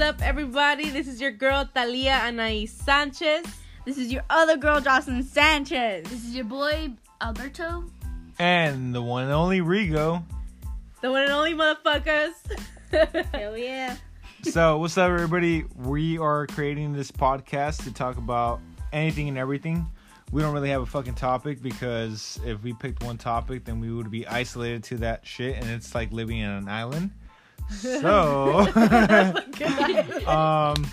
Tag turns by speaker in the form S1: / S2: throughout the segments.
S1: up, everybody? This is your girl, Talia Anais Sanchez.
S2: This is your other girl, Jocelyn Sanchez.
S3: This is your boy Alberto.
S4: And the one and only Rigo.
S1: The one and only motherfuckers.
S2: Hell yeah.
S4: So, what's up, everybody? We are creating this podcast to talk about anything and everything. We don't really have a fucking topic because if we picked one topic, then we would be isolated to that shit, and it's like living in an island. So, um,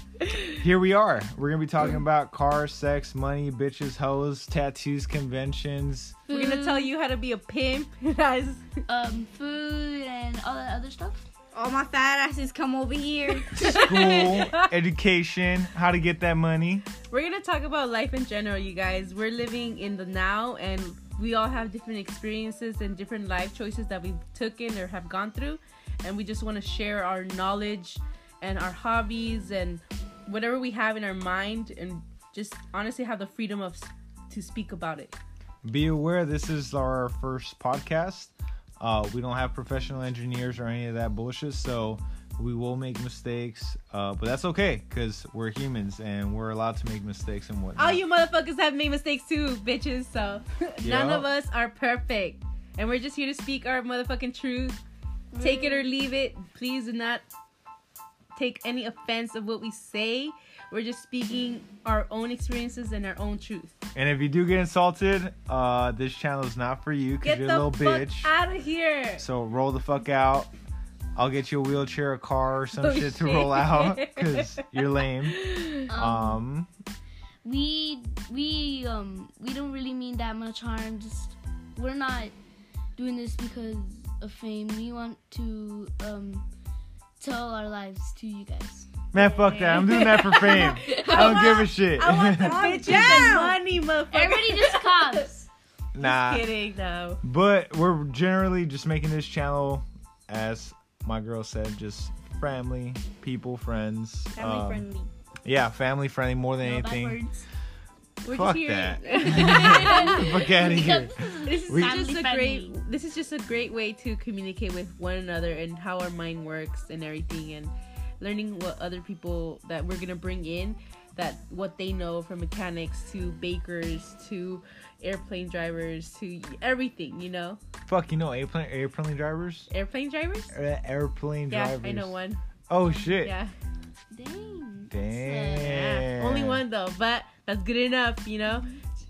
S4: here we are. We're gonna be talking about cars, sex, money, bitches, hoes, tattoos, conventions.
S1: We're going to tell you how to be a pimp, guys.
S3: um food and all that other stuff.
S2: All my fat asses come over here.
S4: school, education, how to get that money.
S1: We're going to talk about life in general, you guys. We're living in the now, and we all have different experiences and different life choices that we've taken or have gone through. And we just want to share our knowledge and our hobbies and whatever we have in our mind, and just honestly have the freedom of s- to speak about it.
S4: Be aware this is our first podcast. Uh, we don't have professional engineers or any of that bullshit, so we will make mistakes, uh, but that's okay because we're humans and we're allowed to make mistakes and whatnot.
S1: All you motherfuckers have made mistakes too, bitches. So none
S4: Yeah.
S1: of us are perfect, and we're just here to speak our motherfucking truth. Take it or leave it. Please do not take any offense of what we say. We're just speaking our own experiences and our own truth.
S4: and if you do get insulted, uh, this channel is not for you because
S1: Get
S4: you're
S1: the
S4: a little
S1: fuck
S4: bitch.
S1: out of here.
S4: So roll the fuck out. I'll get you a wheelchair, a car, or some
S1: Oh,
S4: shit to
S1: shit.
S4: roll out because you're lame.
S3: Um,
S4: Um,
S3: we we um we don't really mean that much harm. Just we're not doing this because of fame. We want to um tell our lives to you guys.
S4: man, fuck that. I'm doing that for fame. I don't give a shit.
S1: I want the bitches and money, motherfucker.
S3: Everybody just comes.
S4: nah.
S1: kidding though.
S4: But we're generally just making this channel, as my girl said, just family, people, friends.
S2: Family
S4: um,
S2: friendly.
S4: Yeah, family friendly more than anything.
S3: Backwards.
S1: We're
S4: Fuck
S1: just here.
S4: Fuck out of here.
S1: This is
S4: We-
S1: just a
S3: Family
S1: great. This is just a great way to communicate with one another and how our mind works and everything, and learning what other people that we're gonna bring in, that what they know from mechanics to bakers to airplane drivers to everything. You know,
S4: Fuck, you know airplane airplane drivers?
S1: airplane drivers.
S4: Uh, Airplane
S1: Yeah,
S4: drivers.
S1: I know one.
S4: Oh shit.
S1: Yeah,
S3: Dang.
S4: Damn.
S1: yeah. Only one though, but that's good enough. You know,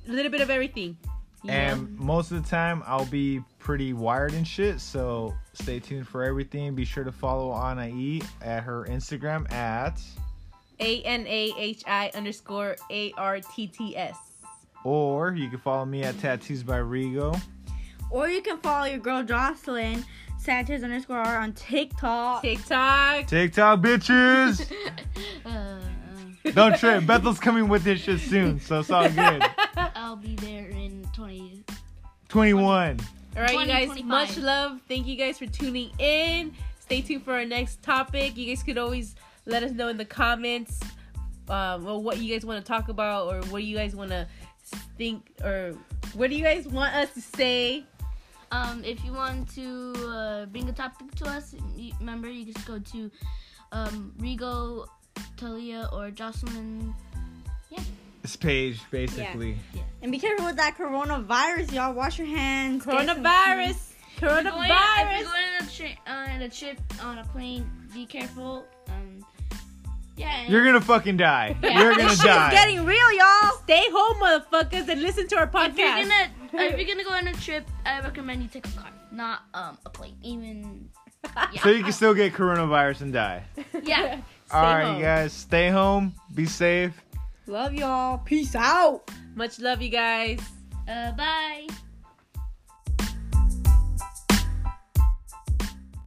S1: a little bit of everything. you know?
S4: And most of the time, I'll be pretty wired and shit. So stay tuned for everything. Be sure to follow Anna E at her Instagram at
S1: A N A H I underscore A R T T S.
S4: Or you can follow me at Tattoos by Rigo.
S2: Or you can follow your girl, Jocelyn Sanchez underscore R on TikTok.
S1: TikTok.
S4: TikTok bitches.
S3: Uh, uh,
S4: Don't trip. Bethel's coming with this shit soon, so it's all good.
S3: I'll be there in 20.
S4: 21.
S1: All right, you guys,
S3: 2025.
S1: much love. Thank you guys for tuning in. Stay tuned for our next topic. You guys could always let us know in the comments um, or what you guys want to talk about or what do you guys want to think or what do you guys want us to say?
S3: Um, if you want to uh, bring a topic to us, you- remember you just go to um, Rigo, Talia, or Jocelyn.
S4: This page, basically.
S2: And be careful with that coronavirus, y'all. Wash your hands. get some-
S1: Coronavirus.
S3: If you're
S1: Coronavirus.
S3: going on a, tri- on a uh, trip on a plane, be careful. Um, yeah. and-
S4: You're gonna fucking die. You're gonna
S2: This shit is
S4: die.
S2: getting real, y'all.
S1: Stay home, motherfuckers, and listen to our
S3: if you're
S1: podcast.
S3: gonna if you're gonna go on a trip, I recommend you take a car, not um a plane. Even yeah.
S4: so you can still get coronavirus and die.
S3: yeah.
S1: Stay
S4: All right,
S1: home.
S4: you guys. Stay home. Be safe.
S2: Love y'all. Peace out.
S1: Much love, you guys.
S3: Uh, bye.